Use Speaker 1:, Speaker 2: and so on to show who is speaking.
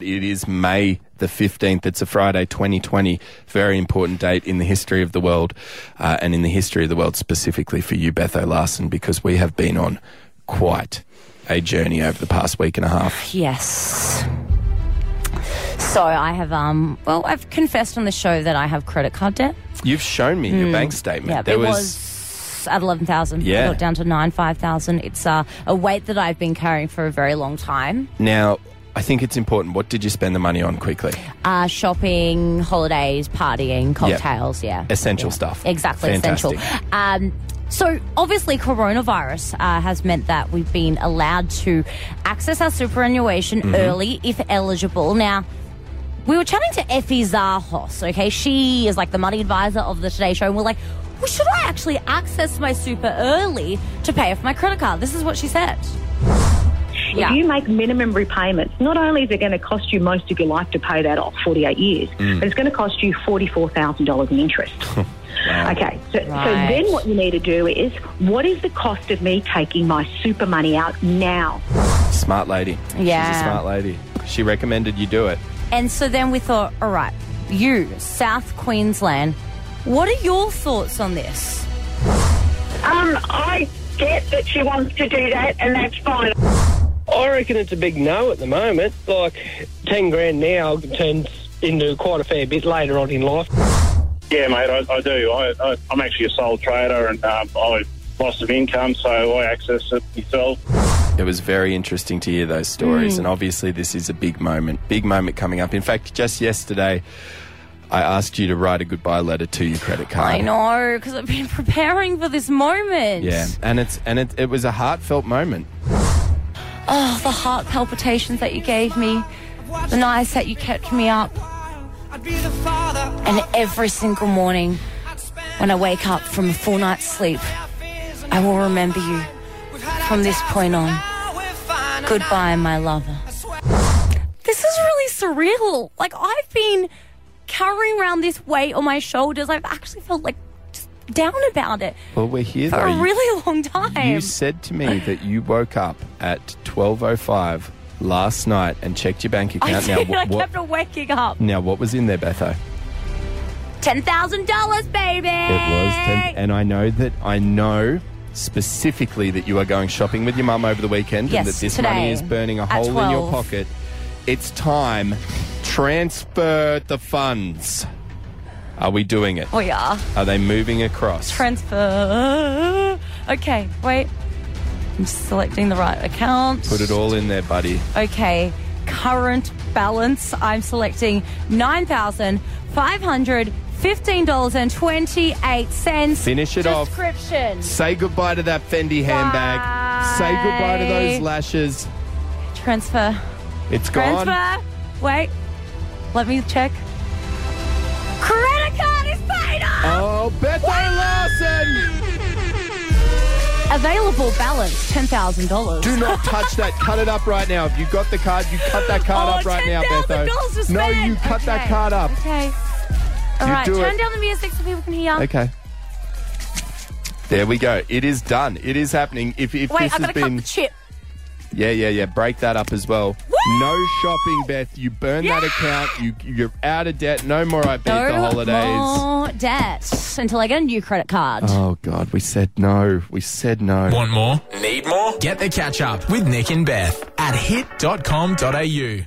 Speaker 1: It is May the 15th. It's a Friday, 2020. Very important date in the history of the world uh, and in the history of the world specifically for you, Beth O'Larson, because we have been on quite a journey over the past week and a half.
Speaker 2: Yes. So I have, um, well, I've confessed on the show that I have credit card debt.
Speaker 1: You've shown me your bank statement.
Speaker 2: Hmm. Yeah, it was at 11,000.
Speaker 1: Yeah.
Speaker 2: I got down to 9,500. It's uh, a weight that I've been carrying for a very long time.
Speaker 1: Now, I think it's important. What did you spend the money on quickly?
Speaker 2: Uh, shopping, holidays, partying, cocktails, yeah.
Speaker 1: Essential
Speaker 2: Yeah.
Speaker 1: stuff.
Speaker 2: Exactly,
Speaker 1: Fantastic.
Speaker 2: essential. Um, so obviously, coronavirus uh, has meant that we've been allowed to access our superannuation
Speaker 1: Mm-hmm.
Speaker 2: early, if eligible. Now, we were chatting to Effie Zahos. Okay, she is like the money advisor of the Today Show, and we're like, well, should I actually access my super early to pay off my credit card? This is what she said.
Speaker 3: If
Speaker 2: Yeah.
Speaker 3: you make minimum repayments, not only is it going to cost you most of your life to pay that off, 48 years,
Speaker 2: Mm.
Speaker 3: but it's going to cost you $44,000 in interest. Okay, so, so
Speaker 2: Right.
Speaker 3: then what you need to do is what is the cost of me taking my super money out now?
Speaker 1: Smart lady. She's
Speaker 2: Yeah.
Speaker 1: a smart lady. She recommended you do it.
Speaker 2: And so then we thought, all right, you, South Queensland, what are your thoughts on this?
Speaker 4: Um, I get that she wants to do that, and that's fine.
Speaker 5: I reckon it's a big no at the moment. Like, 10 grand now turns into quite a fair bit later on in life.
Speaker 6: Yeah, mate, I, I do. I, I, I'm actually a sole trader and um, I lost some income, so I access it myself.
Speaker 1: It was very interesting to hear those
Speaker 2: Hmm.
Speaker 1: stories. And obviously, this is a big moment, big moment coming up. In fact, just yesterday, I asked you to write a goodbye letter to your credit card.
Speaker 2: I know, because I've been preparing for this moment.
Speaker 1: Yeah, and it's and it, it was a heartfelt moment.
Speaker 2: Oh, the heart palpitations that you gave me, the nights that you kept me up,
Speaker 7: I'd be the father
Speaker 2: and every single morning when I wake up from a full night's sleep, I will remember you.
Speaker 7: from this point on. Goodbye.
Speaker 2: Goodbye, my lover. This is really surreal. Like, I've been carrying around this weight on my shoulders. I've actually felt like just down about it
Speaker 1: Well, we're here
Speaker 2: for
Speaker 1: though.
Speaker 2: a
Speaker 1: You-
Speaker 2: really long
Speaker 1: you,
Speaker 2: time.
Speaker 1: said to me that you woke up at twelve oh five last night and checked your bank
Speaker 2: I
Speaker 1: account.
Speaker 2: did.
Speaker 1: now,
Speaker 2: I
Speaker 1: what,
Speaker 2: kept on waking up.
Speaker 1: now what was in there, Betho?
Speaker 2: Ten thousand dollars, baby. It
Speaker 1: It was, ten, and I know that I know specifically that you are going shopping with your mum over the weekend,
Speaker 2: Yes,
Speaker 1: and that this
Speaker 2: today
Speaker 1: money is burning a
Speaker 2: at
Speaker 1: hole in your
Speaker 2: 12.
Speaker 1: pocket. It's time transfer the funds. Are we doing it?
Speaker 2: We are
Speaker 1: Are they moving across?
Speaker 2: transfer. Okay, wait. I'm selecting the right account.
Speaker 1: Put it all in there, buddy.
Speaker 2: Okay, current balance. I'm selecting nine thousand five hundred fifteen dollars and twenty-eight cents.
Speaker 1: Finish it off.
Speaker 2: Description.
Speaker 1: Say goodbye to that Fendi handbag. Say goodbye to those
Speaker 2: Bye.
Speaker 1: lashes.
Speaker 2: Transfer.
Speaker 1: It's gone.
Speaker 2: Transfer. Wait. Let me check. Credit card is paid off.
Speaker 1: Oh, Bethel Larson!
Speaker 2: Available balance ten thousand dollars.
Speaker 1: Do not touch that. cut it up right now. If you got the card, you cut that card
Speaker 2: Oh,
Speaker 1: up right now,
Speaker 2: $10,000
Speaker 1: Betho.
Speaker 2: was
Speaker 1: No,
Speaker 2: spent.
Speaker 1: you cut that
Speaker 2: Okay.
Speaker 1: card up.
Speaker 2: Okay. All
Speaker 1: You
Speaker 2: right.
Speaker 1: do
Speaker 2: Turn
Speaker 1: it.
Speaker 2: down the music so people can hear.
Speaker 1: Okay. There we go. It is done. It is happening. If, if
Speaker 2: Wait,
Speaker 1: this
Speaker 2: I
Speaker 1: has
Speaker 2: gotta cut
Speaker 1: been,
Speaker 2: the chip.
Speaker 1: yeah, yeah, yeah. Break that up as well.
Speaker 2: Woo!
Speaker 1: No shopping, Beth. You burn that account. You you're out of debt. No more. I beat the holidays.
Speaker 2: more debt until I get a new credit card.
Speaker 1: Oh God, we said no. We said no.
Speaker 8: Want more? Need more? Get the catch up with Nick and Beth at hit.com.au.